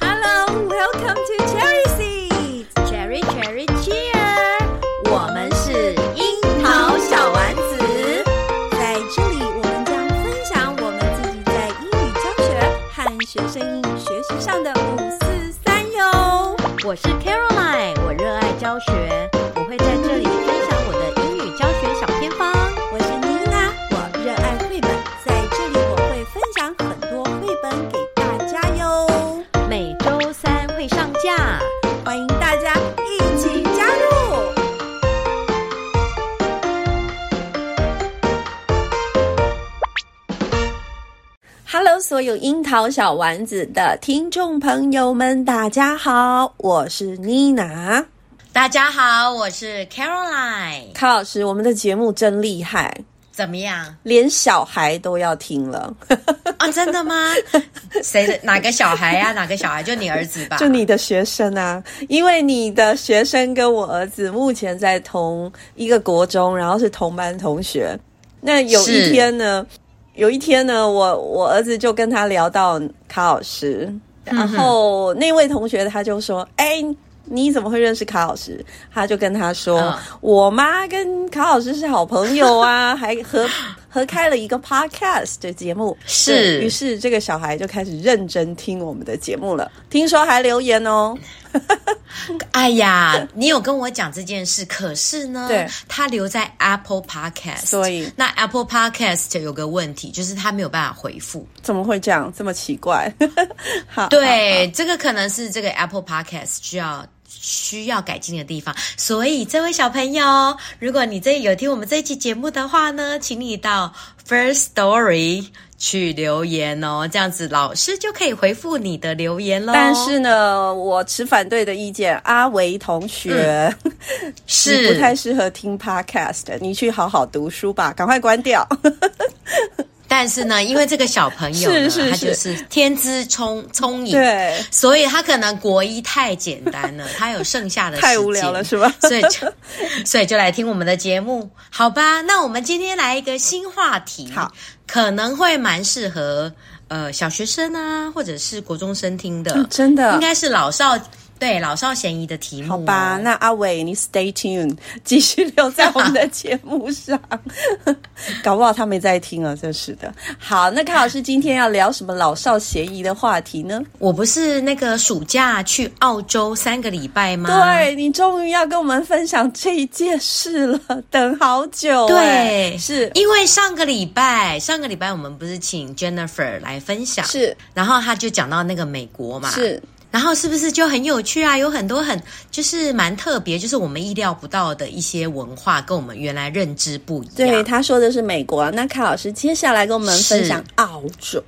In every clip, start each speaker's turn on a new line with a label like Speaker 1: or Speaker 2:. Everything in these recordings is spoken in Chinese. Speaker 1: Welcome, welcome to Cherry Seeds.
Speaker 2: Cherry Cherry Cheer，
Speaker 1: 我们是樱桃小丸子，在这里我们将分享我们自己在英语教学和学生英语学习上的五四三哟。
Speaker 2: 我是 Caroline，我热爱教学，我会在这里分享我的英语教学小偏方。
Speaker 1: 我是妮娜，我热爱绘本，在这里我会分享很多绘本给大家哟。
Speaker 2: 每周三会上架。
Speaker 1: 欢迎大家一起加入。Hello，所有樱桃小丸子的听众朋友们，大家好，我是妮娜。
Speaker 2: 大家好，我是 Caroline，
Speaker 1: 卡老师，我们的节目真厉害，
Speaker 2: 怎么样
Speaker 1: 连小孩都要听了，
Speaker 2: 啊？真 的吗？谁的哪个小孩啊呀、哪个小孩？就你儿子吧？
Speaker 1: 就你的学生啊，因为你的学生跟我儿子目前在同一个国中，然后是同班同学。那有一
Speaker 2: 是
Speaker 1: 天呢，有一天呢，我我儿子就跟他聊到卡老师，
Speaker 2: 嗯
Speaker 1: 然后那位同学他就说：“哎、你怎么会认识卡老师？”他就跟他说：“
Speaker 2: 嗯
Speaker 1: 我妈跟卡老师是好朋友啊，还合合开了一个 podcast 的节目。
Speaker 2: 是
Speaker 1: 对于是这个小孩就开始认真听我们的节目了。听说还留言哦，
Speaker 2: 哎呀，你有跟我讲这件事，可是呢，
Speaker 1: 对
Speaker 2: 他留在 Apple Podcast，
Speaker 1: 所以
Speaker 2: 那 Apple Podcast 有个问题，就是他没有办法回复。
Speaker 1: 怎么会这样？这么奇怪？ 好，好，
Speaker 2: 对，这个可能是这个 Apple Podcast 需要需要改进的地方。所以，这位小朋友，如果你这有听我们这一期节目的话呢，请你到 First Story 去留言哦，这样子老师就可以回复你的留言喽。
Speaker 1: 好但是呢，我持反对的意见。阿维同学， 你
Speaker 2: 嗯是
Speaker 1: 不太适合听 podcast，你去好好读书吧，赶快关 掉。
Speaker 2: 但是呢，因为这个小朋友
Speaker 1: 是
Speaker 2: 呢，
Speaker 1: 是
Speaker 2: 他
Speaker 1: 是
Speaker 2: 就是天资聪聪颖，
Speaker 1: 对
Speaker 2: 所以他可能国一太简单了，他有剩下的时间
Speaker 1: 太无聊了是吧
Speaker 2: 所以就所以就来听我们的节目，好吧？那我们今天来一个新话题，
Speaker 1: 好，
Speaker 2: 可能会蛮适合呃小学生啊，或者是国中生听的，
Speaker 1: 嗯真的
Speaker 2: 嗯应该嗯是老少对老少咸宜的题目、哦
Speaker 1: 好吧，那阿伟，你 stay tuned，继续留在我们的节目上。 搞不好他没在听啊，真是的。好，那康老师今天要聊什么老少咸宜的话题呢？
Speaker 2: 我不是那个暑假去澳洲三个礼拜吗？。
Speaker 1: 对你终于要跟我们分享这一件事了，等好 久、哎
Speaker 2: 对，
Speaker 1: 是
Speaker 2: 因为上个礼拜，上个礼拜我们不是请 Jennifer 来分享，，
Speaker 1: 是
Speaker 2: 然后他就讲到那个美国嘛，，
Speaker 1: 是，
Speaker 2: 然后是不是就很有趣啊？有很多很就是蛮特别，就是我们意料不到的一些文化，跟我们原来认知不一
Speaker 1: 对，
Speaker 2: 样。
Speaker 1: 他说的是美国。那康老师接下来跟我们分享澳洲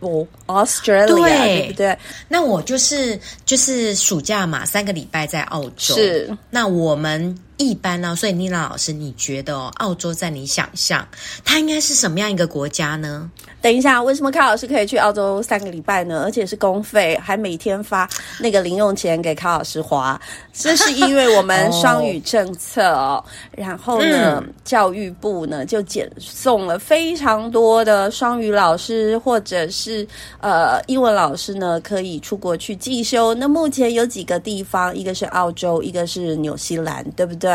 Speaker 1: （Australia），
Speaker 2: 对
Speaker 1: 对不对？
Speaker 2: 那我就是就是暑假嘛，三个礼拜在澳洲，
Speaker 1: 是。
Speaker 2: 那我们一般呢、所以妮娜老师，你觉得哦，澳洲在你想象，它应该是什么样一个国家呢？
Speaker 1: 等一下，为什么康老师可以去澳洲三个礼拜呢？而且是公费，还每天发那个零用钱给康老师花，这是因为我们
Speaker 2: 哦
Speaker 1: 双语政策哦。然后呢，教育部呢就减送了非常多的双语老师或者是呃英文老师呢，可以出国去进修。那目前有几个地方，一个是澳洲，一个是纽西兰，对不对？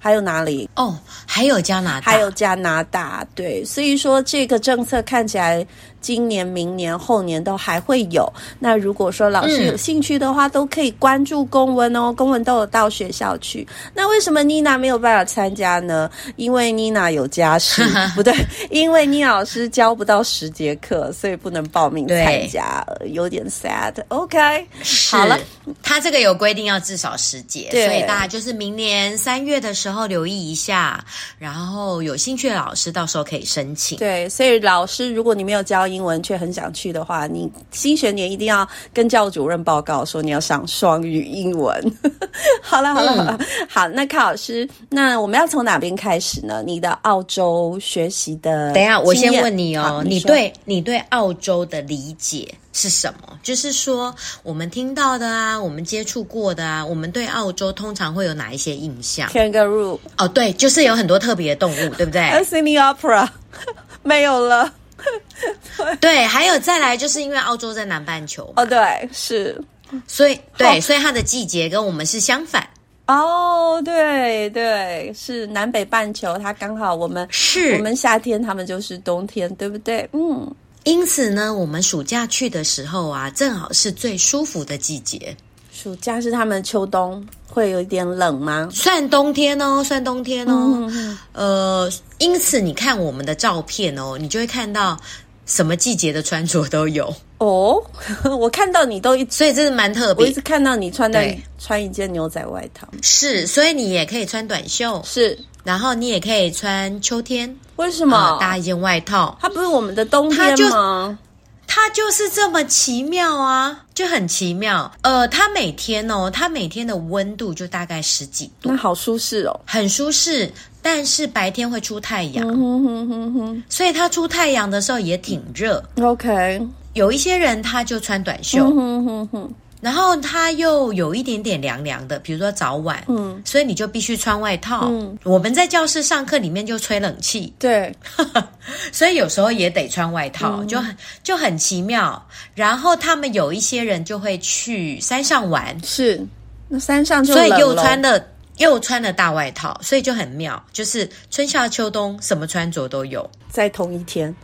Speaker 1: 还有哪里？
Speaker 2: 哦，还有加拿大，
Speaker 1: 还有加拿大，对，所以说这个政策看起来今年、明年、后年都还会有。那如果说老师
Speaker 2: 嗯
Speaker 1: 有兴趣的话，都可以关注公文哦，公文都有到学校去。那为什么妮娜没有办法参加呢？因为妮娜有家 事，不对，因为妮老师教不到十节课，所以不能报名
Speaker 2: 对
Speaker 1: 参加，呃有点 sad。OK，
Speaker 2: 是
Speaker 1: 好了，
Speaker 2: 它这个有规定要至少十节，
Speaker 1: 对
Speaker 2: 所以大家就是明年三月的时候留意一下，然后有兴趣的老师到时候可以申请。
Speaker 1: 对，所以老师，如果你没有教英文却很想去的话，你新学年一定要跟教务主任报告说你要上双语英文。 好了，好了，好了，
Speaker 2: 嗯
Speaker 1: 好。那卡老师，那我们要从哪边开始呢？你的澳洲学习的，
Speaker 2: 等一下，我先问你
Speaker 1: 好
Speaker 2: 哦，
Speaker 1: 你
Speaker 2: 你
Speaker 1: 说
Speaker 2: 对你对澳洲的理解是什么？就是说，我们听到的啊，我们接触过的啊，我们对澳洲通常会有哪一些印象？
Speaker 1: kangaroo
Speaker 2: 哦，对，就是有很多特别的动物，对不对？
Speaker 1: a 尼 opera 没有了。
Speaker 2: 对，还有再来，就是因为澳洲在南半球嘛
Speaker 1: 哦，对，是
Speaker 2: 所以对，所以它的季节跟我们是相反。
Speaker 1: 哦，对对，是南北半球，它刚好我们
Speaker 2: 是
Speaker 1: 我们夏天，他们就是冬天，对不对？嗯，
Speaker 2: 因此呢，我们暑假去的时候啊，正好是最舒服的季节，
Speaker 1: 暑假是他们秋冬会有一点冷吗？
Speaker 2: 算冬天哦，算冬天哦。
Speaker 1: 嗯，
Speaker 2: 呃，因此你看我们的照片哦，你就会看到什么季节的穿着都有，
Speaker 1: 哦， 我看到你都一直，
Speaker 2: 所以这是蛮特
Speaker 1: 我一
Speaker 2: 别。
Speaker 1: 直看到你穿的
Speaker 2: 对
Speaker 1: 穿一件牛仔外套，
Speaker 2: 是，所以你也可以穿短袖，
Speaker 1: 是
Speaker 2: 然后你也可以穿秋天
Speaker 1: 为什
Speaker 2: 啊、
Speaker 1: 么？
Speaker 2: 搭一件外套，
Speaker 1: 它不是我们的冬
Speaker 2: 它
Speaker 1: 天
Speaker 2: 就
Speaker 1: 吗？
Speaker 2: 它就是这么奇妙啊，就很奇妙。呃，它每天哦，它每天的温度就大概十几度，
Speaker 1: 那好舒适哦。
Speaker 2: 很舒适，但是白天会出太
Speaker 1: 嗯
Speaker 2: 阳，
Speaker 1: 哼哼哼哼
Speaker 2: 所以它出太阳的时候也挺热。
Speaker 1: ，OK，
Speaker 2: 有一些人他就穿短袖，
Speaker 1: 嗯哼哼哼，
Speaker 2: 然后他又有一点点凉凉的，比如说早晚，
Speaker 1: 嗯，
Speaker 2: 所以你就必须穿外套。
Speaker 1: 嗯
Speaker 2: 我们在教室上课里面就吹冷气，
Speaker 1: 对，
Speaker 2: 所以有时候也得穿外套，
Speaker 1: 嗯
Speaker 2: 就很就很奇妙。然后他们有一些人就会去山上玩，
Speaker 1: 是。那山上就
Speaker 2: 所以
Speaker 1: 冷
Speaker 2: 又
Speaker 1: 咯
Speaker 2: 穿了又穿了大外套，所以就很妙，就是春夏秋冬什么穿着都有。
Speaker 1: 在同一天，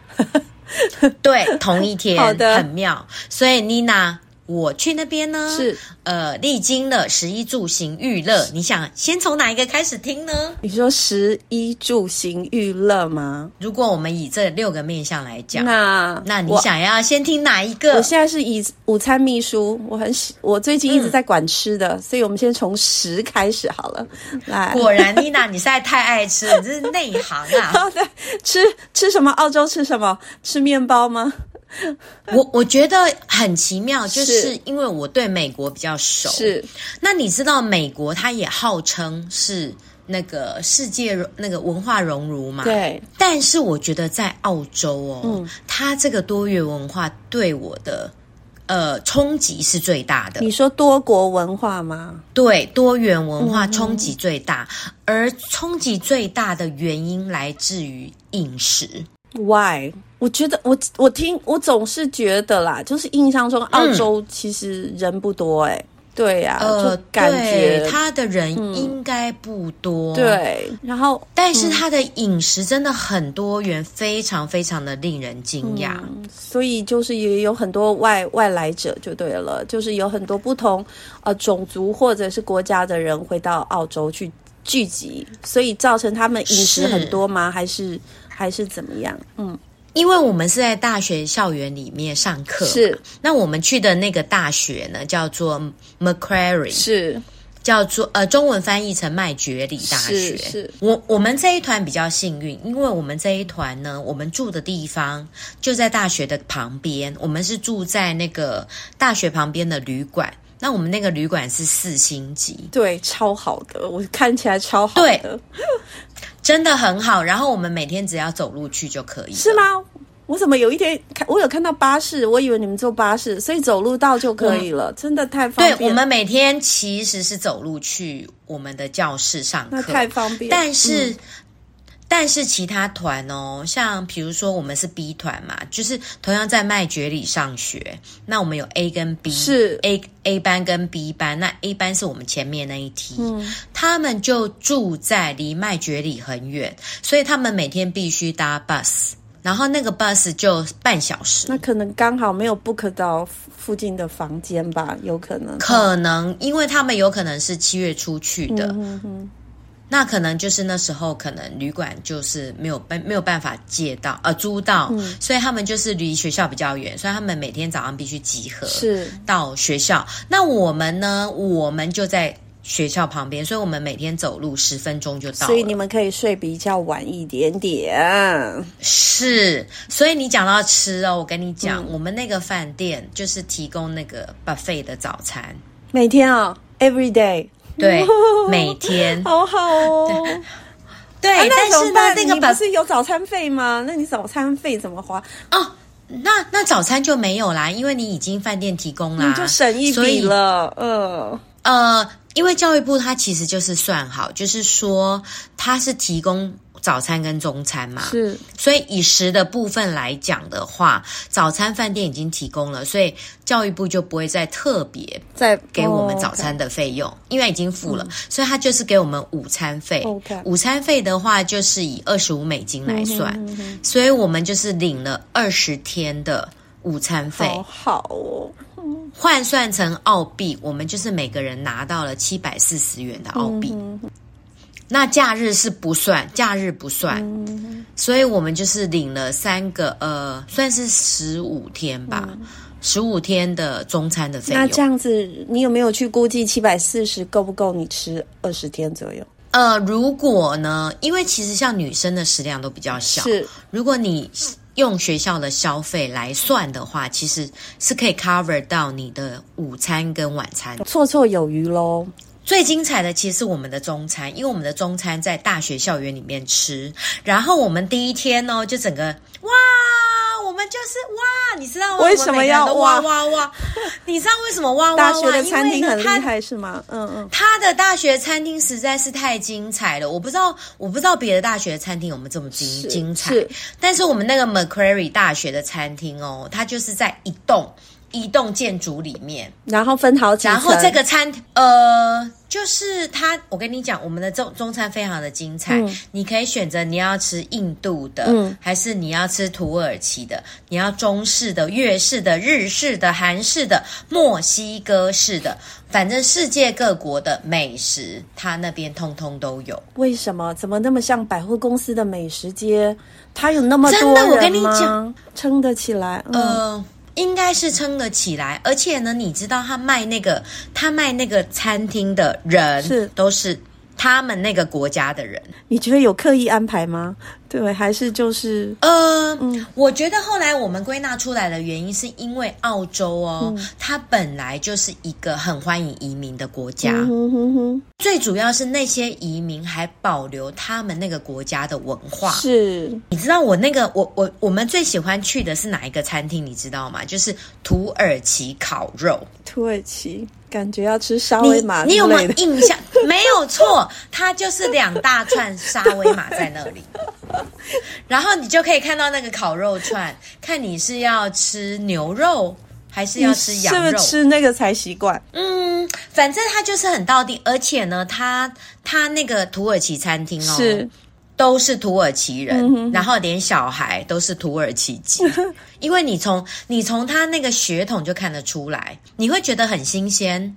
Speaker 2: 对，同一 天，
Speaker 1: 好的
Speaker 2: 很妙。所以妮娜，我去那边呢，
Speaker 1: 是
Speaker 2: 呃，历经了十一住行娱乐，你想先从哪一个开始听呢？
Speaker 1: 你说食衣住行娱乐吗？
Speaker 2: 如果我们以这六个面向来讲，那
Speaker 1: 那
Speaker 2: 你
Speaker 1: 我
Speaker 2: 想要先听哪一
Speaker 1: 我
Speaker 2: 个？
Speaker 1: 现在是以午餐秘书，我很喜，我最近一直在管吃的，
Speaker 2: 嗯
Speaker 1: 所以我们先从食开始好了。来，
Speaker 2: 果然，妮娜，你 实在太爱吃 了，你真是内行啊！
Speaker 1: 对，吃吃什么？澳洲吃什么？吃面包吗？
Speaker 2: 我我觉得很奇妙，就是是因为我对美国比较熟。，
Speaker 1: 是
Speaker 2: 那你知道美国它也号称是那个世界融那个文化熔炉嘛？
Speaker 1: 对，
Speaker 2: 但是我觉得在澳洲哦，
Speaker 1: 嗯
Speaker 2: 它这个多元文化对我的呃冲击是最大的
Speaker 1: 你，说多国文化吗？
Speaker 2: 对多元文化
Speaker 1: 嗯
Speaker 2: 冲击最大，而冲击最大的原因来自于饮食。
Speaker 1: Why？我觉得我我听我总是觉得啦，就是印象中澳洲其实人不多哎、对呀、
Speaker 2: 嗯呃
Speaker 1: 就，感觉嗯
Speaker 2: 对他的人应该不多，，
Speaker 1: 对，嗯然后
Speaker 2: 但是他的饮食真的很多元，非常非常的令人惊讶。
Speaker 1: 嗯所以就是也有很多外外来者就对了，就是有很多不同呃种族或者是国家的人回到澳洲去聚集，所以造成他们饮食
Speaker 2: 是
Speaker 1: 很多吗？还是 还是怎么样？嗯，
Speaker 2: 因为我们是在大学校园里面上课，
Speaker 1: 是
Speaker 2: 那我们去的那个大学呢，叫做 Macquarie，
Speaker 1: 是
Speaker 2: 叫做呃中文翻译成麦觉里大学。
Speaker 1: 是是
Speaker 2: 我我们这一团比较幸运，因为我们这一团呢，我们住的地方就在大学的旁边，我们是住在那个大学旁边的旅馆。那我们那个旅馆是四星级，
Speaker 1: 对，超好的，我看起来超好的，
Speaker 2: 真的很好。然后我们每天只要走路去就可以，
Speaker 1: 是？吗？我怎么有一天看我有看到巴士，我以为你们坐巴士，所以走路到就可以了，真的太方
Speaker 2: 嗯对
Speaker 1: 便，，
Speaker 2: 我们每天其实是走路去我们的教室上
Speaker 1: 那
Speaker 2: 课，
Speaker 1: 太方便，
Speaker 2: 但
Speaker 1: 嗯
Speaker 2: 是、但是其他团哦，像比如说我们是 B 团嘛，就是同样在麦觉里上学，那我们有 A 跟 B，
Speaker 1: 是
Speaker 2: A A 班跟 B 班，那 A 班是我们前面那一梯，
Speaker 1: 嗯
Speaker 2: 他们就住在离麦觉里很远，所以他们每天必须搭 bus，然后那个 bus 就半小时。
Speaker 1: 那可能刚好没有 book 到附近的房间吧，有可能。
Speaker 2: 可能因为他们有可能是七月初去的，
Speaker 1: 嗯哼，
Speaker 2: 那可能就是那时候可能旅馆就是没有办没有办法借到呃租到，
Speaker 1: 嗯
Speaker 2: 所以他们就是离学校比较远，所以他们每天早上必须集合
Speaker 1: 是
Speaker 2: 到学校。那我们呢，我们就在学校旁边，所以我们每天走路十分钟就到
Speaker 1: 所以
Speaker 2: 了。
Speaker 1: 你们可以睡比较晚一点点。
Speaker 2: 是，所以你讲到吃哦，我跟你
Speaker 1: 嗯
Speaker 2: 讲，我们那个饭店就是提供那个 buffet 的早 餐，
Speaker 1: 每天啊、哦、，every day，
Speaker 2: 对，每天
Speaker 1: 好好哦。
Speaker 2: 对，
Speaker 1: 啊
Speaker 2: 哎但
Speaker 1: 那怎
Speaker 2: 是
Speaker 1: 么
Speaker 2: 呢
Speaker 1: 办？，
Speaker 2: 那个
Speaker 1: 你
Speaker 2: buffet
Speaker 1: 不是有早餐费吗？那你早餐费怎么花？
Speaker 2: 哦，那那早餐就没有啦，因为你已经饭店提供啦，
Speaker 1: 嗯你就省一
Speaker 2: 所
Speaker 1: 笔
Speaker 2: 以。呃
Speaker 1: 了。嗯，
Speaker 2: 呃，因为教育部它其实就是算好，就是说它是提供早餐跟中餐嘛，
Speaker 1: 是
Speaker 2: 所以以食的部分来讲的话，早餐饭店已经提供了，所以教育部就不会再特别
Speaker 1: 在
Speaker 2: 给我们
Speaker 1: 哦嗯
Speaker 2: 早餐的费用，因为已经付了，所以他就是给我们午餐费。
Speaker 1: OK 嗯
Speaker 2: 午餐费的话就是以二十五美金来算，所以我们就是领了二十天的午餐费。
Speaker 1: 好好哦，
Speaker 2: 换算成澳币，我们就是每个人拿到了七百四十元的澳
Speaker 1: 嗯
Speaker 2: 币。那假日是不算，假日不算，
Speaker 1: 嗯
Speaker 2: 所以我们就是领了三个呃，算是十五天吧，十五、天的中餐的费
Speaker 1: 嗯那这
Speaker 2: 用。
Speaker 1: 样子，你有没有去估计七百四十够不够你吃二十天左右？
Speaker 2: 呃，如果呢，因为其实像女生的食量都比较小，
Speaker 1: 是
Speaker 2: 如果你用学校的消费来算的话，其实是可以 cover 到你的午餐跟晚餐的
Speaker 1: 绰绰有余喽。
Speaker 2: 最精彩的其实是我们的中餐，因为我们的中餐在大学校园里面吃。然后我们第一天呢、就整个哇，我们就是哇，你知道吗
Speaker 1: 为什么要
Speaker 2: 我们每个人都哇哇 哇？你知道为什么哇哇哇？
Speaker 1: 大学的餐厅很厉
Speaker 2: 因为呢它
Speaker 1: 害是吗？嗯嗯，
Speaker 2: 他的大学餐厅实在是太精彩了，我不知道，我不知道别的大学餐厅有没有这么精
Speaker 1: 是
Speaker 2: 精彩
Speaker 1: 是。
Speaker 2: 但是我们那个 Macquarie 大学的餐厅哦，它就是在一栋一栋建筑里面，
Speaker 1: 然后分好几层，
Speaker 2: 然后这个餐呃，就是它，我跟你讲，我们的中中餐非常的精彩，
Speaker 1: 嗯
Speaker 2: 你可以选择你要吃印度的，
Speaker 1: 嗯
Speaker 2: 还是你要吃土耳其的，你要中式的、粤式的、日式的、韩式的、墨西哥式的，反正世界各国的美食，它那边通通都有。
Speaker 1: 为什么怎么那么像百货公司的美食街？它有那么多
Speaker 2: 真的我跟
Speaker 1: 人
Speaker 2: 你
Speaker 1: 吗
Speaker 2: 讲，
Speaker 1: 撑得起来。嗯、
Speaker 2: 呃，应该是撑得起来，而且呢，你知道他卖那个他卖那个餐厅的人
Speaker 1: 是
Speaker 2: 都是他们那个国家的人。
Speaker 1: 你觉得有刻意安排吗？对，还是就是
Speaker 2: 呃，
Speaker 1: 嗯
Speaker 2: 我觉得后来我们归纳出来的原因，是因为澳洲哦，
Speaker 1: 嗯
Speaker 2: 它本来就是一个很欢迎移民的国家，
Speaker 1: 嗯哼哼哼
Speaker 2: 最主要是那些移民还保留他们那个国家的文化。
Speaker 1: 是
Speaker 2: 你知道我那个我我我们最喜欢去的是哪一个餐厅？你知道吗？就是土耳其烤肉。
Speaker 1: 土耳其，感觉要吃沙
Speaker 2: 你
Speaker 1: 威玛
Speaker 2: 你
Speaker 1: 之
Speaker 2: 有没
Speaker 1: 类
Speaker 2: 有
Speaker 1: 的。
Speaker 2: 印象？没有错，它就是两大串沙威玛在那 里，然后你就可以看到那个烤肉串，看你是要吃牛肉还是要吃
Speaker 1: 是
Speaker 2: 羊
Speaker 1: 不
Speaker 2: 肉。
Speaker 1: 是吃那个才习惯？
Speaker 2: 嗯，反正它就是很到地，而且呢，它它那个土耳其餐厅哦，
Speaker 1: 是嗯
Speaker 2: 都是土耳其人，然后连小孩都是土耳其 籍，因为你从你从他那个血统就看得出来，你会觉得很新鲜。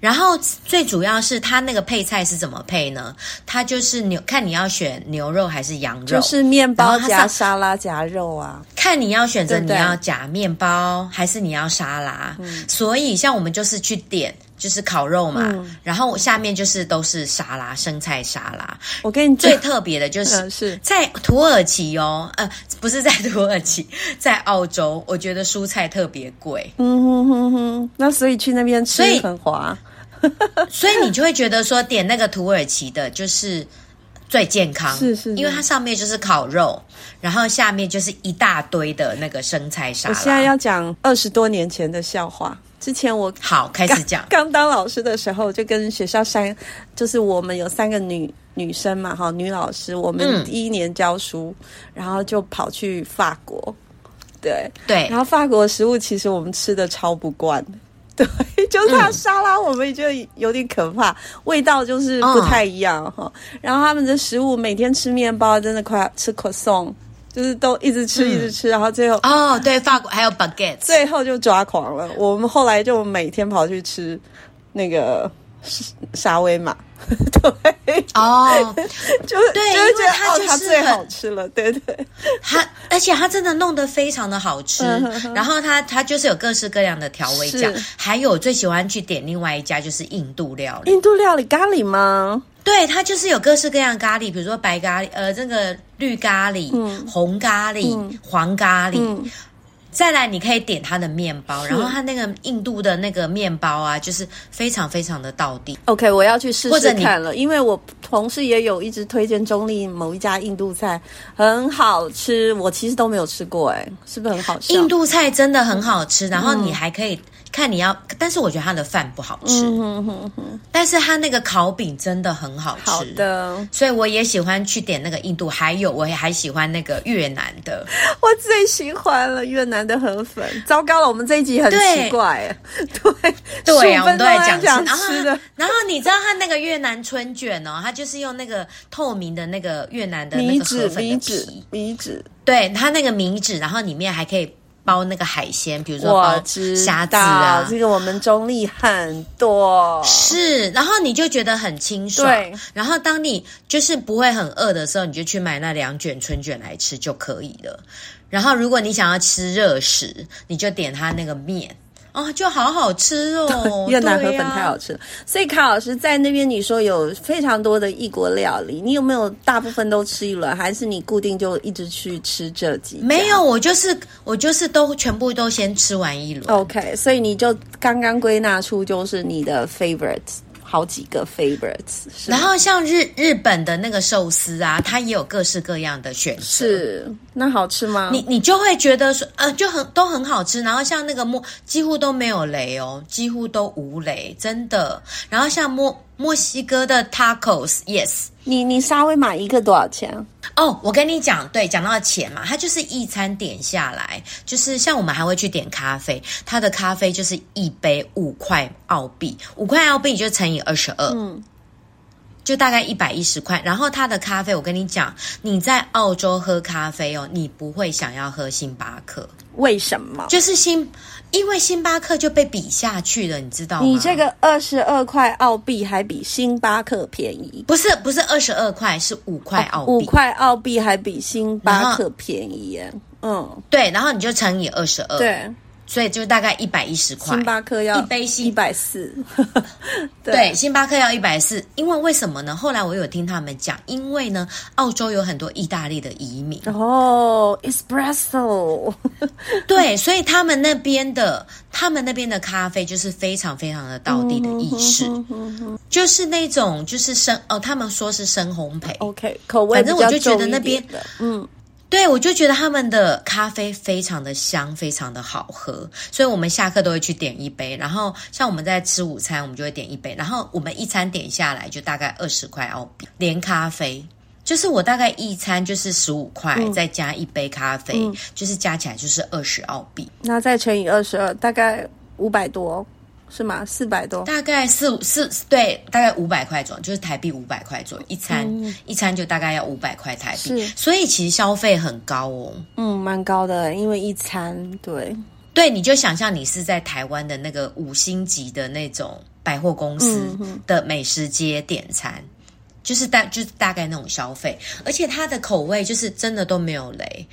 Speaker 2: 然后最主要是他那个配菜是怎么配呢？他就是牛，看你要选牛肉还是羊肉，
Speaker 1: 就是面
Speaker 2: 然
Speaker 1: 包
Speaker 2: 后它
Speaker 1: 夹
Speaker 2: 上
Speaker 1: 沙拉夹肉啊，
Speaker 2: 看你要选择
Speaker 1: 对不嗯
Speaker 2: 你
Speaker 1: 对
Speaker 2: 要夹面包还是你要沙拉。所以像我们就是去点就是烤肉嘛，
Speaker 1: 嗯
Speaker 2: 然后下面就是都是沙拉，生菜 沙拉。
Speaker 1: 我跟你
Speaker 2: 最
Speaker 1: 讲，
Speaker 2: 特别的就是、
Speaker 1: 嗯是
Speaker 2: 在土耳其哦，呃，不是在土耳其， 在澳洲，我觉得蔬菜特别贵，
Speaker 1: 嗯哼哼哼，那所以去那边吃
Speaker 2: 所以
Speaker 1: 很划，
Speaker 2: 所以你就会觉得说点那个土耳其的就是最健康，
Speaker 1: 是是是
Speaker 2: 因为它上面就是烤肉，然后下面就是一大堆的那个生菜沙
Speaker 1: 我
Speaker 2: 拉。
Speaker 1: 现在要讲二十多年前的笑话。之前我
Speaker 2: 好开始讲，
Speaker 1: 刚当老师的时候，就跟学校三，就是我们有三个女女生嘛，哈，女老师，我
Speaker 2: 嗯
Speaker 1: 们第一年教书，然后就跑去法国，对，
Speaker 2: 对
Speaker 1: 然，后法国食物其实我们吃的超不惯的。对，就是它沙拉，我们也觉得有点可怕，味道就是不太一样哈、然后他们的食物每天吃面包，真的快要吃 croissant，就是都一直吃、一直吃，然后最后
Speaker 2: 哦，对，法国还有 baguette，
Speaker 1: 最后就抓狂了。我们后来就每天跑去吃那个沙沙威玛， 对，
Speaker 2: 哦，
Speaker 1: 就是
Speaker 2: 对
Speaker 1: 就是觉
Speaker 2: 因为
Speaker 1: 得
Speaker 2: 它
Speaker 1: 哦
Speaker 2: 就，
Speaker 1: 它
Speaker 2: 是
Speaker 1: 最
Speaker 2: 很
Speaker 1: 好吃了，对对，
Speaker 2: 它而且它真的弄得非常的好吃
Speaker 1: 嗯哼，哼
Speaker 2: 然后它它就是有各式各样的调味酱
Speaker 1: 是，
Speaker 2: 还有我最喜欢去点另外一家就是印度料理，
Speaker 1: 印度料理咖喱吗？
Speaker 2: 对，它就是有各式各样的咖喱，比如说白咖喱，呃，这个绿咖喱、红咖喱、黄咖喱。
Speaker 1: 嗯
Speaker 2: 再来，你可以点它的面包，然后它那个印度的那个面包啊，就是非常非常的道地。
Speaker 1: OK，我要去试
Speaker 2: 或者
Speaker 1: 试
Speaker 2: 你
Speaker 1: 看了，因为我同事也有一直推荐中立某一家印度菜，很好吃，我其实都没有吃过、哎，是不是很好笑？嗯
Speaker 2: 印度菜真的很好吃，然后你还可以看你要，但是我觉得它的饭不好吃，
Speaker 1: 嗯哼哼，
Speaker 2: 但是它那个烤饼真的很好吃。
Speaker 1: 好，的。
Speaker 2: 所以我也喜欢去点那个印度，还有我也还喜欢那个越南 的。
Speaker 1: 我最喜欢了越南的河粉。糟糕了，我们这一集很
Speaker 2: 对
Speaker 1: 奇怪，对
Speaker 2: 对
Speaker 1: 15
Speaker 2: 啊，我
Speaker 1: 分
Speaker 2: 们都
Speaker 1: 钟
Speaker 2: 在
Speaker 1: 在
Speaker 2: 讲
Speaker 1: 讲
Speaker 2: 吃
Speaker 1: 吃
Speaker 2: 然
Speaker 1: 的
Speaker 2: 后。然后你知道它那个越南春卷哦，它就是用那个透明的那个越南的那
Speaker 1: 米
Speaker 2: 个河
Speaker 1: 纸，
Speaker 2: 粉的
Speaker 1: 米纸
Speaker 2: 皮，，
Speaker 1: 米纸，
Speaker 2: 对，它那个米纸，然后里面还可以包那个海鲜，比如说
Speaker 1: 我
Speaker 2: 包
Speaker 1: 知
Speaker 2: 虾子
Speaker 1: 道
Speaker 2: 啊，
Speaker 1: 这个我们中立很多，
Speaker 2: 是，然后你就觉得很清爽。
Speaker 1: 对，
Speaker 2: 然后当你就是不会很饿的时候，你就去买那两卷春卷来吃就可以了。然后如果你想要吃热食，你就点它那个面，哦，就好好吃哦
Speaker 1: 。越南河粉
Speaker 2: 对啊
Speaker 1: 太好吃了。所以卡老师在那边，你说有非常多的异国料理，你有没有大部分都吃一轮，还是你固定就一直去吃这几？
Speaker 2: 没。有，我就是我就是都全部都先吃完一轮。
Speaker 1: OK，所以你就刚刚归纳出就是你的 favorites，好几个 favorites，是
Speaker 2: 然
Speaker 1: 吗
Speaker 2: 后像日日本的那个寿司啊，它也有各式各样的选择。
Speaker 1: 是嗯那好吃吗？
Speaker 2: 你你就会觉得说，呃，就很都很好吃。然后像那个墨，几乎都没有雷哦，几乎都无雷，真的。然后像墨墨西哥的 tacos，yes。
Speaker 1: 你你稍微买一个多少钱啊？
Speaker 2: 哦，我跟你讲，对，讲到钱嘛，它就是一餐点下来，就是像我们还会去点咖啡，它的咖啡就是一杯五块澳币，五块澳币就乘以二十二，嗯，就大概一百一十块。然后它的咖啡，我跟你讲，你在澳洲喝咖啡哦，你不会想要喝星巴克，
Speaker 1: 为什么？
Speaker 2: 就是星，因为星巴克就被比下去了，你知道吗？
Speaker 1: 你这个二十二块澳币还比星巴克便宜，
Speaker 2: 不是不是二十二块，是五块澳币，
Speaker 1: 哦五块澳币还比星巴
Speaker 2: 然
Speaker 1: 克便宜耶。嗯，
Speaker 2: 对，然后你就乘以二十二，，
Speaker 1: 对，
Speaker 2: 所以就大概一百一十块。
Speaker 1: 星巴克要
Speaker 2: 一杯
Speaker 1: 一
Speaker 2: 星
Speaker 1: 百 四，
Speaker 2: 对，星巴克要一百四，因为为什么呢？后来我有听他们讲，因为呢，澳洲有很多意大利的移民，
Speaker 1: 然后 espresso，
Speaker 2: 对，所以他们那边的他们那边的咖啡就是非常非常的道地的意式，
Speaker 1: 嗯
Speaker 2: 就是那种就是生哦，他们说是生烘焙。
Speaker 1: OK，口味
Speaker 2: 反正
Speaker 1: 比较
Speaker 2: 我就觉得
Speaker 1: 重一
Speaker 2: 那边
Speaker 1: 点的，嗯，
Speaker 2: 对，我就觉得他们的咖啡非常的香，非常的好喝，所以我们下课都会去点一杯。然后像我们在吃午餐，我们就会点一杯。然后我们一餐点下来就大概二十块澳币，连咖啡。就是我大概一餐就是十五块，再加一杯咖啡，就是加起来就是二十澳币，
Speaker 1: 那再乘以二十二，大概五百多，是吗？四百多，
Speaker 2: 大概四五四对，大概五百块左右，就是台币五百块左右一餐，一餐就大概要五百块台币
Speaker 1: 是，
Speaker 2: 所以其实消费很高哦。
Speaker 1: 嗯，蛮高的，因为一餐对，
Speaker 2: 对，你就想象你是在台湾的那个五星级的那种百货公司的美食街点餐，就是大就是大概那种消费，而且它的口味就是真的都没有雷，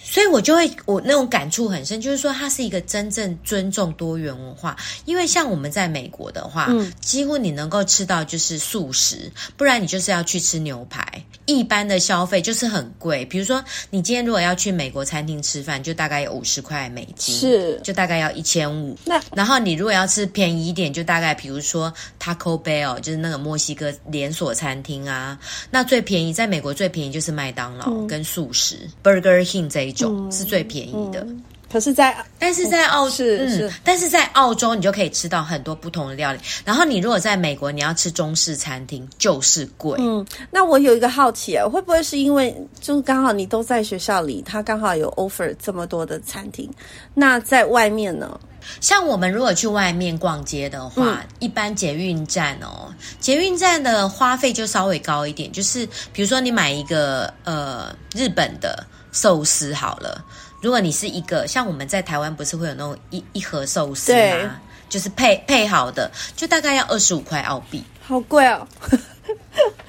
Speaker 2: 所以我就会我那种感触很深，就是说它是一个真正尊重多元文化，因为像我们在美国的话，几乎你能够吃到就是素食，不然你就是要去吃牛排。一般的消费就是很贵，比如说你今天如果要去美国餐厅吃饭，就大概有五十块美金，
Speaker 1: 是
Speaker 2: 就大概要一千五。
Speaker 1: 那
Speaker 2: 然后你如果要吃便宜一点，就大概比如说 Taco Bell，就是那个墨西哥连锁餐厅啊，那最便宜在美国最便宜就是麦当
Speaker 1: 嗯
Speaker 2: 劳跟素食、Burger King 这一种、是最便宜的。
Speaker 1: 可是在
Speaker 2: 但是在澳
Speaker 1: 嗯是
Speaker 2: 嗯
Speaker 1: 是
Speaker 2: 但是在澳洲你就可以吃到很多不同的料理。然后你如果在美国，你要吃中式餐厅就是贵，
Speaker 1: 嗯，那我有一个好奇啊，会不会是因为就是刚好你都在学校里，他刚好有 offer 这么多的餐厅，那在外面呢？
Speaker 2: 像我们如果去外面逛街的话，
Speaker 1: 嗯
Speaker 2: 一般捷运站哦，捷运站的花费就稍微高一点，就是比如说你买一个呃日本的寿司好了，如果你是一个像我们在台湾不是会有那种一一盒寿司
Speaker 1: 对
Speaker 2: 吗？就是配配好的，就大概要二十五块澳币，
Speaker 1: 好贵哦，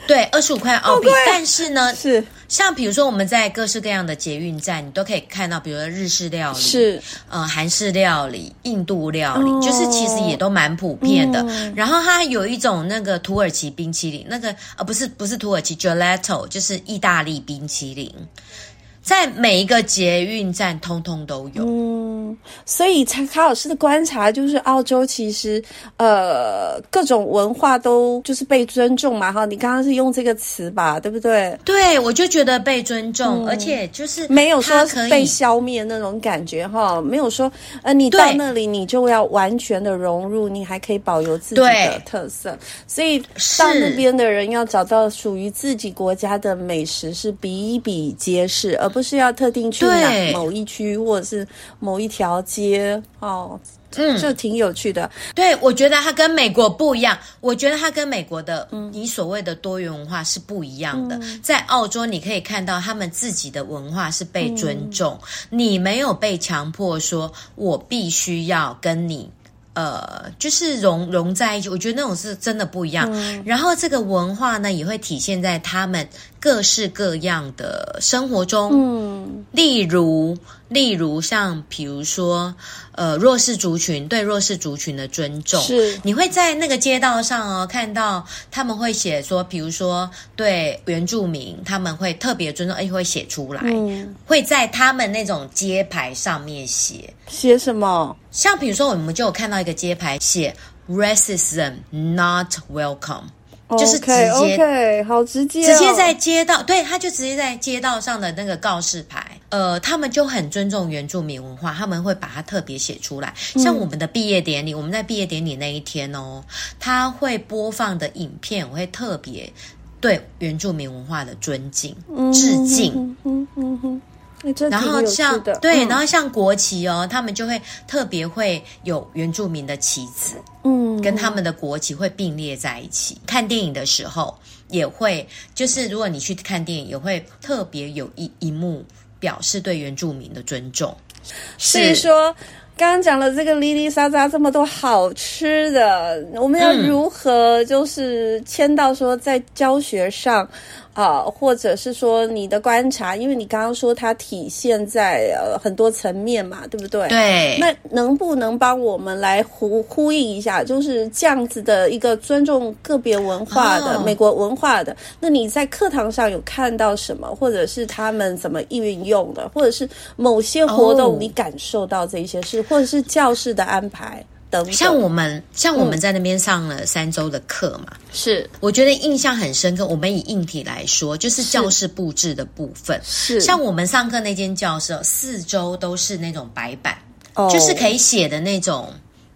Speaker 2: 对，二十五块澳币。但是呢，
Speaker 1: 是
Speaker 2: 像比如说我们在各式各样的捷运站，你都可以看到，比如说日式料理，
Speaker 1: 是，
Speaker 2: 呃韩式料理、印度料理，
Speaker 1: 哦
Speaker 2: 就是其实也都蛮普遍的。
Speaker 1: 嗯
Speaker 2: 然后它有一种那个土耳其冰淇淋，那个呃不是不是土耳其 gelato，就是意大利冰淇淋。在每一个捷运站通通都有。
Speaker 1: 嗯，所以查卡老师的观察就是，澳洲其实呃各种文化都就是被尊重嘛，哈，你刚刚是用这个词吧，对不对？
Speaker 2: 对，我就觉得被尊重，而且就是
Speaker 1: 嗯没有说
Speaker 2: 它可以
Speaker 1: 被消灭那种感觉哈，没有说呃你到
Speaker 2: 对
Speaker 1: 那里你就要完全的融入，你还可以保留自己
Speaker 2: 对
Speaker 1: 的特色，所以到那
Speaker 2: 是
Speaker 1: 边的人要找到属于自己国家的美食是比比皆是，而不是要特定去哪
Speaker 2: 对
Speaker 1: 某一区或者是某一条街哦，
Speaker 2: 嗯
Speaker 1: 就挺有趣的。
Speaker 2: 对，我觉得它跟美国不一样。我觉得它跟美国的、
Speaker 1: 嗯
Speaker 2: 你所谓的多元文化是不一样的。在澳洲，你可以看到他们自己的文化是被尊重，
Speaker 1: 嗯
Speaker 2: 你没有被强迫说我必须要跟你。呃，就是融融在一起，我觉得那种是真的不一样。
Speaker 1: 嗯
Speaker 2: 然后这个文化呢，也会体现在他们各式各样的生活中。
Speaker 1: 嗯
Speaker 2: 例如，例如像比如说，呃，弱势族群对弱势族群的尊重，
Speaker 1: 是
Speaker 2: 你会在那个街道上哦看到他们会写说，比如说对原住民，他们会特别尊重，而且会写出来，
Speaker 1: 嗯，
Speaker 2: 会在他们那种街牌上面写。
Speaker 1: 写什么？
Speaker 2: 像比如说，我们就有看到一个街牌写 “racism not welcome”，就是直
Speaker 1: OK
Speaker 2: 接
Speaker 1: OK，好直接、哦，
Speaker 2: 直接在街道，对，他就直接在街道上的那个告示牌，呃，他们就很尊重原住民文化，他们会把它特别写出来。
Speaker 1: 嗯
Speaker 2: 像我们的毕业典礼，我们在毕业典礼那一天哦，他会播放的影片，我会特别对原住民文化的尊敬、致敬。
Speaker 1: 嗯哼嗯哼，哎这挺
Speaker 2: 然后
Speaker 1: 有趣
Speaker 2: 像
Speaker 1: 的
Speaker 2: 对，
Speaker 1: 嗯
Speaker 2: 然后像国旗哦，他们就会特别会有原住民的旗子，
Speaker 1: 嗯
Speaker 2: 跟他们的国旗会并列在一起。看电影的时候也会，就是如果你去看电影，也会特别有一一幕表示对原住民的尊重。
Speaker 1: 所以说，刚刚讲了这个零零杂杂这么多好吃的，我们要如何就是迁到说在教学上啊、或者是说你的观察，因为你刚刚说它体现在呃很多层面嘛，对不对？。
Speaker 2: 对，
Speaker 1: 那能不能帮我们来呼呼应一下，就是这样子的一个尊重个别文化的、
Speaker 2: 哦
Speaker 1: 美国文化的？那你在课堂上有看到什么，或者是他们怎么运用的，或者是某些活
Speaker 2: 哦
Speaker 1: 动你感受到这一些事，或者是教室的安排等等？
Speaker 2: 像我们像我们
Speaker 1: 嗯
Speaker 2: 在那边上了三周的课嘛，
Speaker 1: 是
Speaker 2: 我觉得印象很深刻。我们以硬体来说，就是教室布置的部分。
Speaker 1: 是
Speaker 2: 像我们上课那间教室哦，四周都是那种白板，
Speaker 1: 哦
Speaker 2: 就是可以写的那种，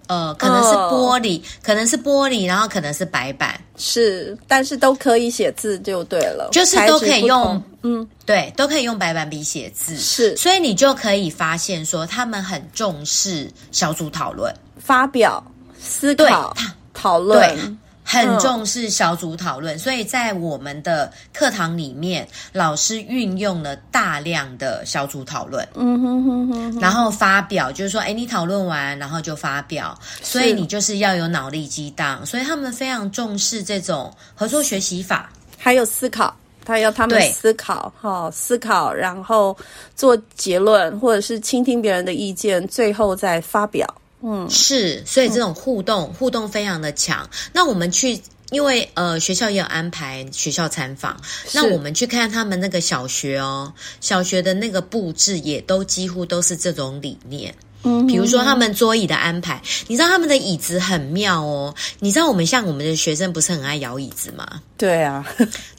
Speaker 2: 呃，可能是
Speaker 1: 哦
Speaker 2: 玻璃，可能是玻璃，然后可能是白板，
Speaker 1: 是，但是都可以写字就对了，
Speaker 2: 就是
Speaker 1: 材
Speaker 2: 都
Speaker 1: 质
Speaker 2: 可以
Speaker 1: 不同
Speaker 2: 用，嗯，对，都可以用白板笔写字，
Speaker 1: 是
Speaker 2: 所以你就可以发现说，他们很重视小组讨论，
Speaker 1: 发表、思
Speaker 2: 对
Speaker 1: 考、讨
Speaker 2: 对
Speaker 1: 论。。
Speaker 2: 很重视小组讨
Speaker 1: 嗯
Speaker 2: 论，所以在我们的课堂里面，老师运用了大量的小组讨论，
Speaker 1: 嗯哼哼哼。
Speaker 2: 然后发表，就是说，哎，你讨论完，然后就发表，所以你就是要有脑力激荡，所以他们非常重视这种合作学习法。
Speaker 1: 还有思考，他要他们
Speaker 2: 对
Speaker 1: 思考，哈、思考，然后做结论，或者是倾听别人的意见，最后再发表。
Speaker 2: 是，所以这种互动、互动非常的强。那我们去，因为呃学校也有安排学校参访，那我们去看他们那个小学哦，小学的那个布置也都几乎都是这种理念。
Speaker 1: 嗯
Speaker 2: 比如说他们桌椅的安排，你知道他们的椅子很妙哦。你知道我们像我们的学生不是很爱摇椅子吗？
Speaker 1: 对啊，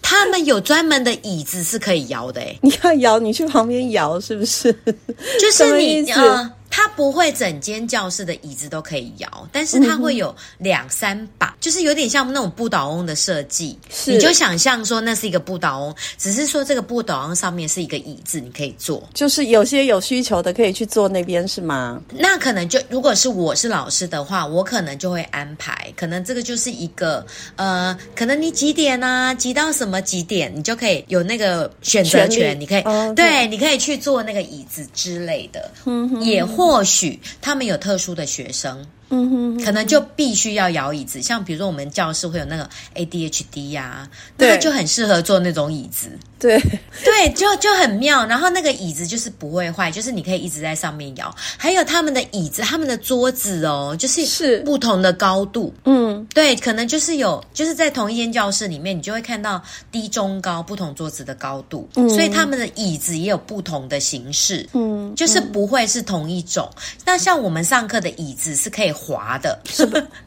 Speaker 2: 他们有专门的椅子是可以摇的、欸诶，
Speaker 1: 你要摇，你去旁边摇，是不是？
Speaker 2: 就
Speaker 1: 什
Speaker 2: 是
Speaker 1: 么
Speaker 2: 你
Speaker 1: 意思
Speaker 2: 呃，它不会整间教室的椅子都可以摇，但是它会有两三把，就是有点像那种不倒翁的设计。
Speaker 1: 是
Speaker 2: 你就想象说那是一个不倒翁，只是说这个不倒翁上面是一个椅子，你可以坐。
Speaker 1: 就是有些有需求的可以去坐那边，是吗？
Speaker 2: 那可能就如果是我是老师的话，我可能就会安排，可能这个就是一个呃，可能你几点啊，几到什么几点，你就可以有那个选择
Speaker 1: 权
Speaker 2: 权，
Speaker 1: 利
Speaker 2: 你可以、
Speaker 1: 哦对
Speaker 2: 对，你可以去坐那个椅子之类的。也或许他们有特殊的学生，
Speaker 1: 嗯哼，
Speaker 2: 可能就必须要摇椅子，像比如说我们教室会有那个 ADHD 呀、那
Speaker 1: 对
Speaker 2: 他就很适合坐那种椅子。
Speaker 1: 对，
Speaker 2: 对，就就很妙。然后那个椅子就是不会坏，就是你可以一直在上面摇。还有他们的椅子、他们的桌子哦，就是
Speaker 1: 是
Speaker 2: 不同的高度，
Speaker 1: 嗯，
Speaker 2: 对，可能就是有，就是在同一间教室里面，你就会看到低、中、高不同桌子的高度，所以他们的椅子也有不同的形式，
Speaker 1: 嗯，
Speaker 2: 就是不会是同一种。那像我们上课的椅子是可以滑的，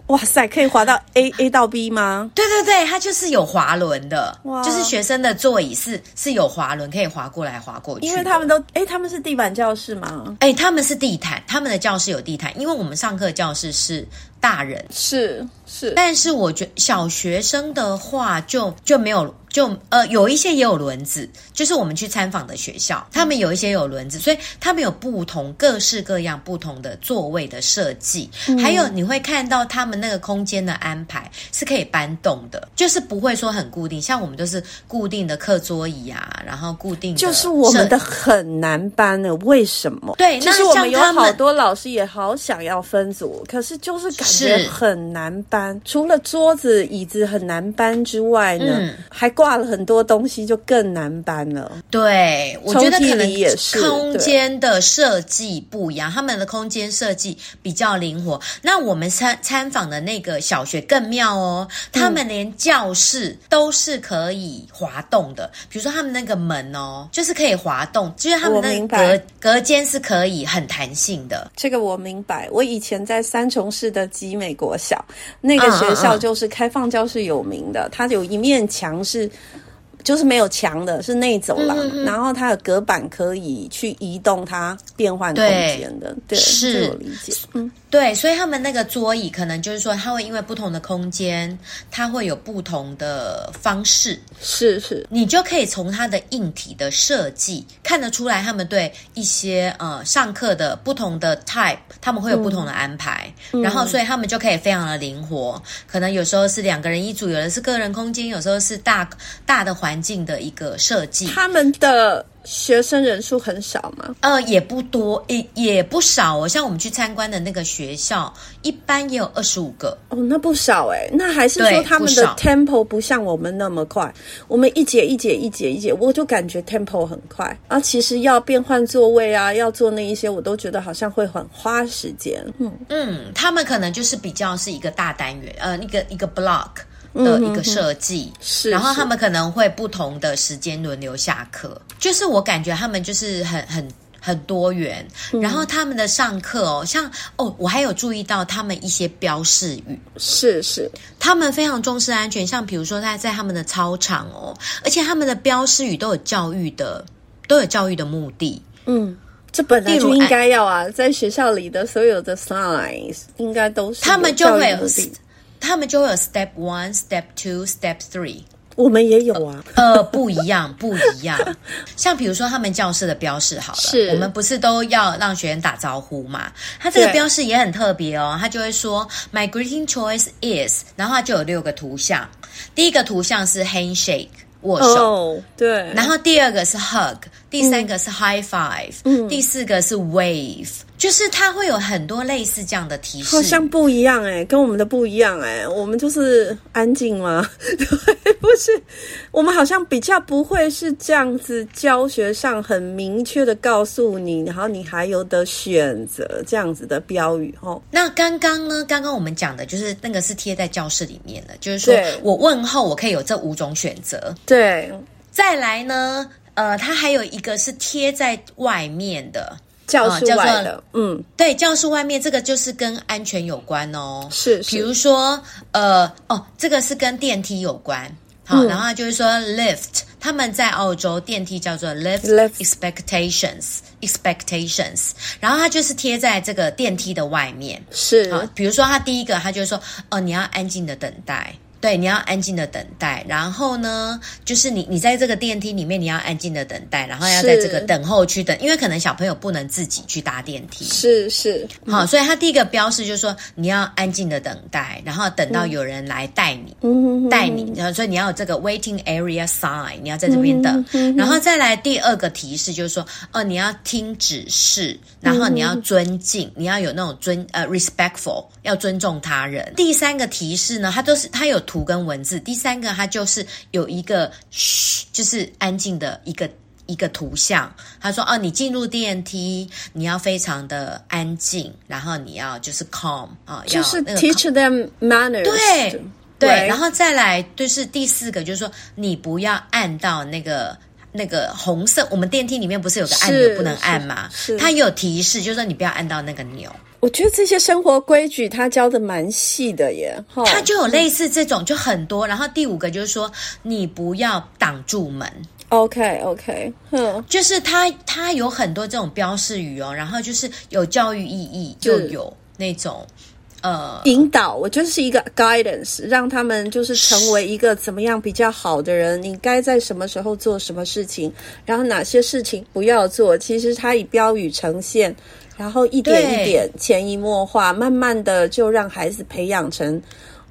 Speaker 1: 哇塞，可以滑到 A A 到 B 吗？
Speaker 2: 对对对，它就是有滑轮的
Speaker 1: 哇，
Speaker 2: 就是学生的座椅是是有滑轮，可以滑过来滑过去的。
Speaker 1: 因为他们都哎、他们是地板教室吗？
Speaker 2: 哎、他们是地毯，他们的教室有地毯，因为我们上课的教室是大人，
Speaker 1: 是是，
Speaker 2: 但是我觉小学生的话就就没有就呃有一些也有轮子，就是我们去参访的学校，他们有一些有轮子，所以他们有不同各式各样不同的座位的设计，
Speaker 1: 嗯
Speaker 2: 还有你会看到他们那个空间的安排是可以搬动的，就是不会说很固定，像我们都是固定的课桌椅啊，然后固定的
Speaker 1: 就是我们
Speaker 2: 设
Speaker 1: 的很难搬呢，为什么？
Speaker 2: 对
Speaker 1: 其
Speaker 2: 那
Speaker 1: 实我
Speaker 2: 像
Speaker 1: 们有
Speaker 2: 他们
Speaker 1: 好多老师也好想要分组，可是就是感觉
Speaker 2: 是
Speaker 1: 很难搬。除了桌子、椅子很难搬之外呢，
Speaker 2: 嗯
Speaker 1: 还挂了很多东西，就更难搬了。
Speaker 2: 对，我觉
Speaker 1: 抽
Speaker 2: 得
Speaker 1: 屉
Speaker 2: 可能
Speaker 1: 里也是
Speaker 2: 空
Speaker 1: 对
Speaker 2: 间的设计不一样，他们的空间设计比较灵活。那我们参参访的那个小学更妙哦，他们连教室都是可以滑动的，比如说他们那个门哦，就是可以滑动，就是他们
Speaker 1: 我
Speaker 2: 那
Speaker 1: 明
Speaker 2: 个
Speaker 1: 白
Speaker 2: 隔隔间是可以很弹性的。
Speaker 1: 这个我明白。我以前在三重市的集美国小，那个
Speaker 2: 嗯
Speaker 1: 学校
Speaker 2: 嗯嗯
Speaker 1: 就是开放教室有名的，它有一面墙是。就是没有墙的，是内走廊，
Speaker 2: 嗯
Speaker 1: 然后它有隔板可以去移动它、变换空
Speaker 2: 对
Speaker 1: 间的，对，
Speaker 2: 是
Speaker 1: 这我理解。嗯，
Speaker 2: 对，所以他们那个桌椅可能就是说，它会因为不同的空间，它会有不同的方式。
Speaker 1: 是是，
Speaker 2: 你就可以从它的硬体的设计看得出来，他们对一些呃上课的不同的 type，他们会有不同的安排，然后所以他们就可以非常的灵活。可能有时候是两个人一组，有的是个人空间，有时候是大大的环境的一个设计。
Speaker 1: 他们的学生人数很少吗？
Speaker 2: 呃，也不多，也也不少哦。像我们去参观的那个学校，一般也有二十五个。
Speaker 1: 哦，那不少哎、那还是
Speaker 2: 对
Speaker 1: 说他们
Speaker 2: 不
Speaker 1: 的
Speaker 2: 少
Speaker 1: tempo 不像我们那么快，我们一节一节一节一节，我就感觉 tempo 很快啊。其实要变换座位啊，要做那一些，我都觉得好像会很花时间。嗯，
Speaker 2: 嗯，他们可能就是比较是一个大单元，呃，一个一个 block 的一个设计。
Speaker 1: 是。
Speaker 2: 然后他
Speaker 1: 是
Speaker 2: 们可能会不同的时间轮流下课，就是我感觉他们就是很很。很多元，
Speaker 1: 嗯
Speaker 2: 然后他们的上课哦，像哦，我还有注意到他们一些标示语，
Speaker 1: 是是，
Speaker 2: 他们非常重视安全，像比如说在在他们的操场哦，而且他们的标示语都有教育的，都有教育的目的，
Speaker 1: 嗯。这本来
Speaker 2: 例如
Speaker 1: 就应该要啊，在学校里的所有的 signs 应该都是
Speaker 2: 他们
Speaker 1: 有
Speaker 2: 就
Speaker 1: 教育
Speaker 2: 会有
Speaker 1: 目的，
Speaker 2: 他们就会有 step one、step two、step three，
Speaker 1: 我们也有啊，
Speaker 2: 呃，不一 样，不一样。像比如说他们教室的标示好了，
Speaker 1: 是
Speaker 2: 我们不是都要让学员打招呼嘛？他这个
Speaker 1: 对
Speaker 2: 标示也很特别哦，他就会说 My greeting choice is，然后他就有六个图像，第一个图像是 handshake 握手。
Speaker 1: 哦，嗯对，
Speaker 2: 然后第二个是 hug，第三个是 high five，、第
Speaker 1: 嗯
Speaker 2: 四个是 wave，就是它会有很多类似这样的提示。
Speaker 1: 好像不一样哎、跟我们的不一样哎、我们就是安静吗？对，不是，我们好像比较不会是这样子教学上很明确的告诉你，然后你还有的选择这样子的标语哦。
Speaker 2: 那刚刚呢？刚刚我们讲的就是那个是贴在教室里面的，就是说
Speaker 1: 对
Speaker 2: 我问候我可以有这五种选择。
Speaker 1: 对，
Speaker 2: 再来呢，呃，它还有一个是贴在外面的，
Speaker 1: 教室
Speaker 2: 叫做
Speaker 1: 外的，嗯，
Speaker 2: 对，教室外面这个就是跟安全有关哦。
Speaker 1: 是
Speaker 2: 比
Speaker 1: 是
Speaker 2: 如说，呃，哦，这个是跟电梯有关。好，
Speaker 1: 嗯
Speaker 2: 然后它就是说 lift，他们在澳洲电梯叫做 lift
Speaker 1: Lift
Speaker 2: expectations expectations，然后它就是贴在这个电梯的外面。
Speaker 1: 是
Speaker 2: 好，比如说他第一个，他就说，哦，你要安静的等待。对，你要安静的等待，然后呢，就是你你在这个电梯里面，你要安静的等待，然后要在这个
Speaker 1: 是
Speaker 2: 等候区等，因为可能小朋友不能自己去搭电梯，
Speaker 1: 是是，
Speaker 2: 好，所以他第一个标示就是说你要安静的等待，然后等到有人来带你，
Speaker 1: 嗯，嗯
Speaker 2: 带你，然后所以你要有这个 waiting area sign，你要在这边等，然后再来第二个提示就是说，哦，你要听指示，然后你要尊
Speaker 1: 嗯
Speaker 2: 敬，你要有那种尊呃 respectful，要尊重他人。第三个提示呢，它都是它有图跟文字，第三个它就是有一个嘘，就是安静的一个。一个图像，他说：“哦，你进入电梯，你要非常的安静，然后你要就是 calm 啊、哦，
Speaker 1: 就
Speaker 2: 要
Speaker 1: 是
Speaker 2: 那个
Speaker 1: teach them manners，
Speaker 2: 对对，
Speaker 1: right？
Speaker 2: 然后再来就是第四个，就是说你不要按到那个那个红色，我们电梯里面不是有个按
Speaker 1: 是
Speaker 2: 钮不能按吗
Speaker 1: 是是？
Speaker 2: 它有提示，就是说你不要按到那个钮。
Speaker 1: 我觉得这些生活规矩他教的蛮细的耶，哈，
Speaker 2: 它就有类似这种，就很多。然后第五个就是说你不要挡住门。
Speaker 1: OK OK，哼，
Speaker 2: 就是它它有很多这种标示语哦，然后就是有教育意义，
Speaker 1: 是
Speaker 2: 又有那种呃，
Speaker 1: 引导，我觉得是一个 guidance，让他们就是成为一个怎么样比较好的人，你该在什么时候做什么事情，然后哪些事情不要做。其实它以标语呈现，然后一点
Speaker 2: 对
Speaker 1: 一点潜移默化，慢慢的就让孩子培养成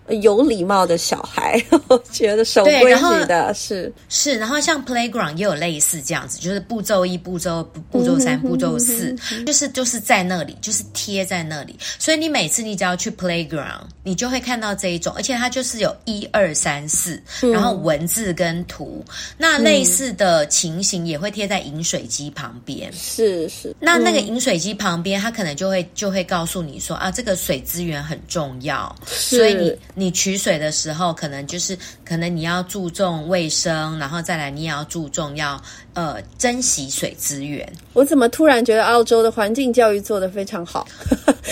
Speaker 1: 呃有礼貌的小孩。 我觉得守
Speaker 2: 对
Speaker 1: 规
Speaker 2: 然后
Speaker 1: 矩的是
Speaker 2: 是，然后像 playground 也有类似这样子，就是步骤一、步骤步骤三、步骤四，就是就是在那里，就是贴在那里。所以你每次你只要去 playground，你就会看到这一种，而且它就是有一二三四，
Speaker 1: 嗯
Speaker 2: 然后文字跟图。那类似的情形也会贴在饮水机旁边。
Speaker 1: 是是，
Speaker 2: 那那个饮水机旁边，它可能就会就会告诉你说啊，这个水资源很重要，所以你你取水的时候，可能就是可能你要注重卫生，然后再来你也要注重要呃珍惜水资源。
Speaker 1: 我怎么突然觉得澳洲的环境教育做得非常好？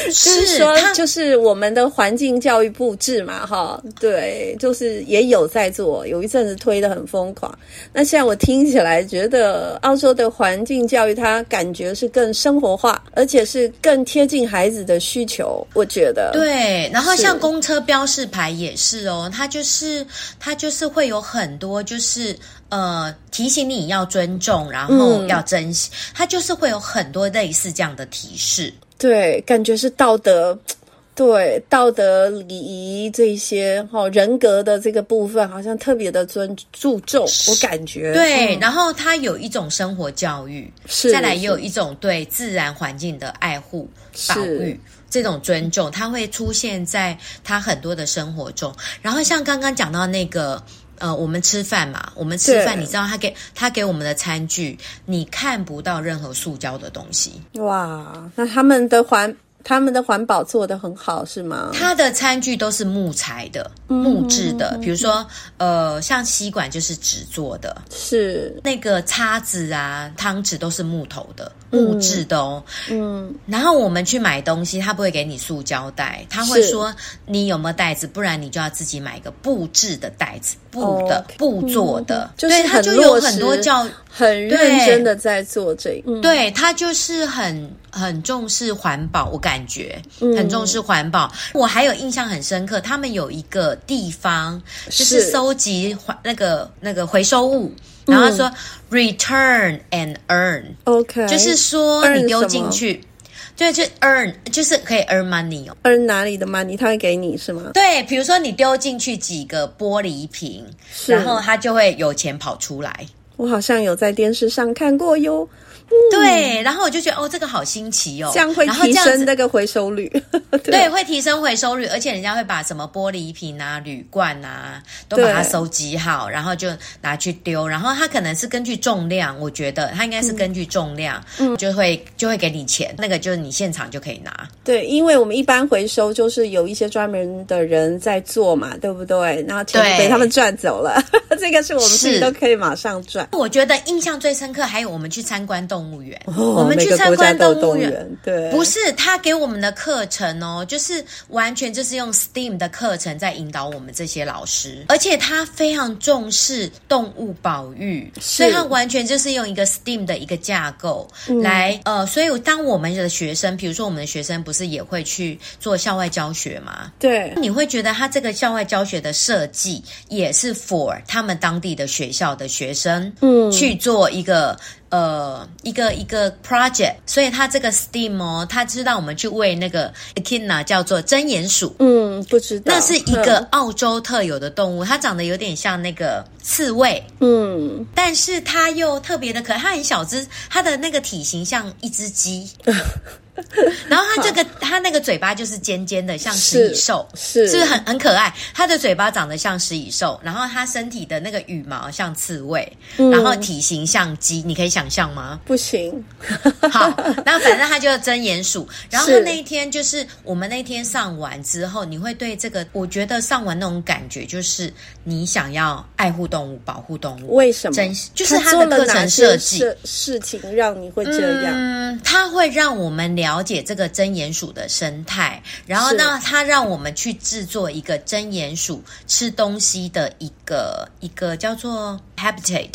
Speaker 1: 就是说，
Speaker 2: 它
Speaker 1: 就是我们的环境教育布置嘛，哈，对，就是也有在做，有一阵子推得很疯狂。那现在我听起来觉得，澳洲的环境教育它感觉是更生活化，而且是更贴近孩子的需求。我觉得，，
Speaker 2: 对，然后像
Speaker 1: 是
Speaker 2: 公车标示牌也是哦，它就是它就是会有很多就是呃提醒你要尊重，然后
Speaker 1: 嗯
Speaker 2: 要珍惜，它就是会有很多类似这样的提示。
Speaker 1: 对，感觉是道德，对道德礼仪这一些哈、人格的这个部分，好像特别的尊注重，我感觉
Speaker 2: 对，
Speaker 1: 嗯
Speaker 2: 然后它有一种生活教育，
Speaker 1: 是
Speaker 2: 再来也有
Speaker 1: 是
Speaker 2: 一种对自然环境的爱护、
Speaker 1: 是
Speaker 2: 保育。这种尊重，它会出现在他很多的生活中。然后像刚刚讲到那个，呃，我们吃饭嘛，我们吃饭，
Speaker 1: 对
Speaker 2: 你知道他给他给我们的餐具，你看不到任何塑胶的东西。
Speaker 1: 哇，那他们的环他们的环保做得很好是吗？
Speaker 2: 它的餐具都是木材的、嗯木
Speaker 1: 嗯
Speaker 2: 质的，比如说，呃，像吸管就是纸做的，
Speaker 1: 是，
Speaker 2: 那个叉子啊、汤匙都是木头的、木质的哦。
Speaker 1: 嗯，
Speaker 2: 然后我们去买东西，他不会给你塑胶袋，他会
Speaker 1: 是
Speaker 2: 说你有没有袋子，不然你就要自己买一个布制的袋子，布的、
Speaker 1: 哦 OK 嗯
Speaker 2: 布做的。
Speaker 1: 就是
Speaker 2: 对，他
Speaker 1: 很
Speaker 2: 就
Speaker 1: 落
Speaker 2: 有很多
Speaker 1: 实
Speaker 2: 教，
Speaker 1: 很认真的在做这，嗯，
Speaker 2: 对他就是很很重视环保，我感觉
Speaker 1: 嗯
Speaker 2: 很重视环保。我还有印象很深刻，他们有一个地方就是
Speaker 1: 是
Speaker 2: 收集环那个那个回收物，
Speaker 1: 嗯
Speaker 2: 然后他说 return and earn。
Speaker 1: ，OK，
Speaker 2: 就是说
Speaker 1: 哎 earn
Speaker 2: 你丢
Speaker 1: 什么
Speaker 2: 进去，对，就 earn 就是可以 earn money 哦。
Speaker 1: earn 哪里的 money，他会给你是吗？
Speaker 2: 对，比如说你丢进去几个玻璃瓶，
Speaker 1: 是嗯
Speaker 2: 然后它就会有钱跑出来。
Speaker 1: 我好像有在电视上看过
Speaker 2: 哦
Speaker 1: 哟，
Speaker 2: 对，然后我就觉得哦，这个好新奇哦，
Speaker 1: 这样会
Speaker 2: 然后
Speaker 1: 提
Speaker 2: 这样
Speaker 1: 升
Speaker 2: 子
Speaker 1: 那个回收率，
Speaker 2: 对，会提升回收率，而且人家会把什么玻璃瓶啊、铝罐啊，都把它
Speaker 1: 对
Speaker 2: 收集好，然后就拿去丢。然后它可能是根据重量，我觉得它应该是根据重量，就会就会给你钱，那个就是你现场就可以拿。
Speaker 1: 对，因为我们一般回收就是有一些专门的人在做嘛，对不对？然后钱就被
Speaker 2: 对
Speaker 1: 他们赚走了， 这个是我们自己
Speaker 2: 是
Speaker 1: 都可以马上赚。
Speaker 2: 我觉得印象最深刻，还有我们去参观动物园。
Speaker 1: 哦
Speaker 2: 我们
Speaker 1: 每
Speaker 2: 去
Speaker 1: 个
Speaker 2: 参
Speaker 1: 国家
Speaker 2: 观
Speaker 1: 都有
Speaker 2: 动
Speaker 1: 动
Speaker 2: 物
Speaker 1: 物
Speaker 2: 园
Speaker 1: 园，对，
Speaker 2: 不是他给我们的课程哦，就是完全就是用 STEAM 的课程在引导我们这些老师，而且他非常重视动物保育，所以他完全就是用一个 STEAM 的一个架构来、呃，所以当我们的学生，比如说我们的学生不是也会去做校外教学吗？
Speaker 1: 对，
Speaker 2: 你会觉得他这个校外教学的设计也是 for 他们当地的学校的学生，嗯，去做一个呃一个一个 project，所以他这个 STEAM 哦，他知道我们去喂那个 echidna 叫做真鼹鼠，
Speaker 1: 嗯，不知道，
Speaker 2: 那是一
Speaker 1: 嗯
Speaker 2: 个澳洲特有的动物，它长得有点像那个刺猬，
Speaker 1: 嗯，
Speaker 2: 但 是它又特别的可爱，它很小只，它的那个体型像一只鸡，然后它这个它那个嘴巴就是尖尖的，像食蚁兽，
Speaker 1: 是
Speaker 2: 是不是很很可爱？它的嘴巴长得像食蚁兽，然后它身体的那个羽毛像刺猬，然后体型像鸡，你可以想象吗？
Speaker 1: 嗯 不行，
Speaker 2: 好，那反正它就是真鼹鼠。然后它
Speaker 1: 是
Speaker 2: 那一天就是我们那天上完之后，你会对这个，我觉得上完那种感觉就是你想要爱护动物、保护动物，
Speaker 1: 为什么？
Speaker 2: 珍惜就是
Speaker 1: 他
Speaker 2: 它
Speaker 1: 做
Speaker 2: 的
Speaker 1: 了
Speaker 2: 课
Speaker 1: 哪
Speaker 2: 程
Speaker 1: 些
Speaker 2: 设计。
Speaker 1: 事事情让你会这样？
Speaker 2: 嗯，它会让我们了解这个真鼹鼠的生态，然后
Speaker 1: 是
Speaker 2: 那它让我们去制作一个真鼹鼠吃东西的一个一个叫做 habitat，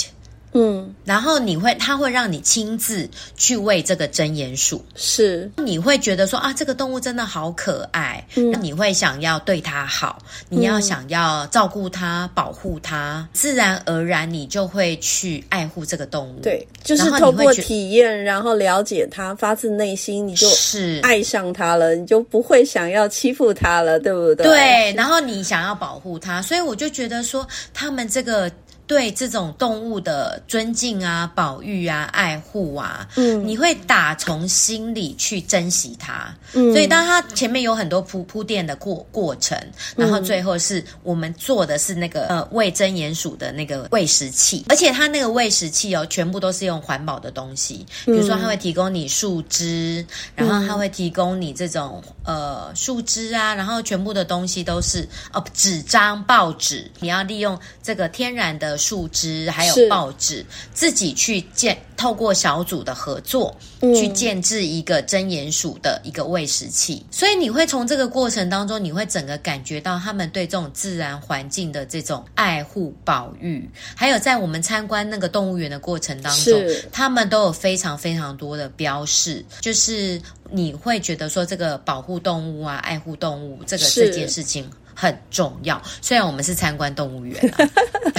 Speaker 1: 嗯，
Speaker 2: 然后你会它会让你亲自去喂这个真鼹鼠，
Speaker 1: 是
Speaker 2: 你会觉得说啊，这个动物真的好可爱，
Speaker 1: 嗯
Speaker 2: 那你会想要对它好，你要想要照顾它、保护它，自然而然你就会去爱护这个动物。，
Speaker 1: 对，就是
Speaker 2: 然后
Speaker 1: 透
Speaker 2: 你会
Speaker 1: 过
Speaker 2: 觉
Speaker 1: 体验，然后了解他，发自内心你就。
Speaker 2: 是。
Speaker 1: 爱上他了，你就不会想要欺负他了，对不对？
Speaker 2: 对，然后你想要保护它，所以我就觉得说，他们这个对这种动物的尊敬啊、保育啊、爱护啊，嗯，你会打从心里去珍惜它。嗯，所以当它前面有很多铺铺垫的过过程，然后最后是我们做的是那个呃喂真鼹鼠的那个喂食器，而且它那个喂食器哦，全部都是用环保的东西，比如说它会提供你树枝，然后它会提供你这种呃树枝啊，然后全部的东西都是哦纸张、报纸，你要利用这个天然的树枝还
Speaker 1: 是
Speaker 2: 有报纸，自己去建，透过小组的合作、
Speaker 1: 嗯
Speaker 2: 去建制一个真鼹鼠的一个喂食器。所以你会从这个过程当中，你会整个感觉到他们对这种自然环境的这种爱护、保育，还有在我们参观那个动物园的过程当中
Speaker 1: 是，
Speaker 2: 他们都有非常非常多的标示，就是你会觉得说这个保护动物啊、爱护动物这个
Speaker 1: 是
Speaker 2: 这件事情。很重要，虽然我们是参观动物园、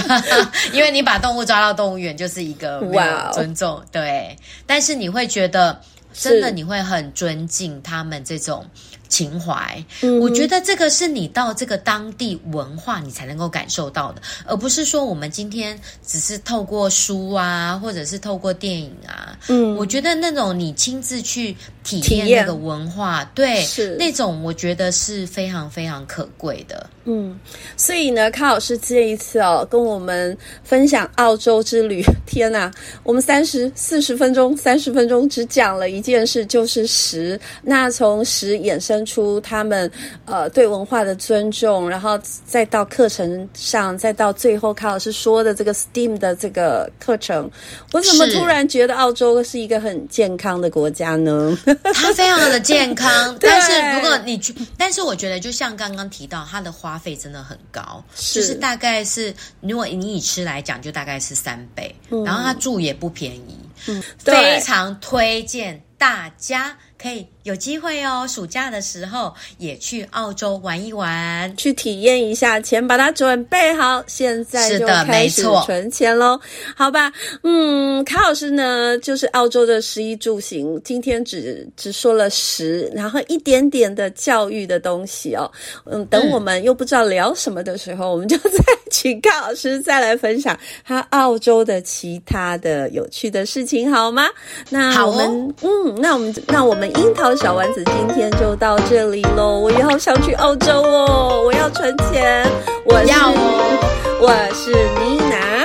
Speaker 2: 啊， 因为你把动物抓到动物园就是一个没
Speaker 1: 哇
Speaker 2: 有
Speaker 1: 哦
Speaker 2: 尊重对，但是你会觉得真的
Speaker 1: 是
Speaker 2: 你会很尊敬他们这种情怀。
Speaker 1: 嗯
Speaker 2: 我觉得这个是你到这个当地文化你才能够感受到的，而不是说我们今天只是透过书啊，或者是透过电影啊。嗯，我觉得那种你亲自去体验
Speaker 1: 体验
Speaker 2: 那个文化，对，
Speaker 1: 是
Speaker 2: 那种我觉得是非常非常可贵的。
Speaker 1: 嗯，所以呢，康老师这一次哦，跟我们分享澳洲之旅，天呐，我们三十四十分钟，三十分钟只讲了一件事，就是食。那从食衍生出他们呃对文化的尊重，然后再到课程上，再到最后康老师说的这个 STEAM 的这个课程，我怎么
Speaker 2: 是
Speaker 1: 突然觉得澳洲是一个很健康的国家呢？
Speaker 2: 它非常的健康，
Speaker 1: 对
Speaker 2: 但是如果你去，但是我觉得就像刚刚提到，它的花费真的很高，
Speaker 1: 是
Speaker 2: 就是大概是如果你以吃来讲，就大概是三倍，然后它住也不便宜，
Speaker 1: 嗯对
Speaker 2: 非常推荐大家可以有机会哦，暑假的时候也去澳洲玩一玩。
Speaker 1: 去体验一下，钱把它准备好，现在
Speaker 2: 是
Speaker 1: 就
Speaker 2: 的
Speaker 1: 开
Speaker 2: 没
Speaker 1: 始
Speaker 2: 错
Speaker 1: 存钱喽，好吧？嗯，卡老师呢，就是澳洲的食衣住行，今天只只说了食，然后一点点的教育的东西哦。嗯，等我们又不知道聊什么的时候，我们就再请卡老师再来分享他澳洲的其他的有趣的事情，好吗？那
Speaker 2: 好哦
Speaker 1: 我们、嗯，那我们那我们樱桃小丸子今天就到这里喽。我也好想去澳洲哦，我要存钱。我是
Speaker 2: 要哦，
Speaker 1: 我是妮娜，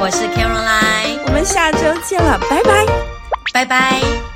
Speaker 2: 我是 Caroline，
Speaker 1: 我们下周见了，拜拜。
Speaker 2: 拜拜。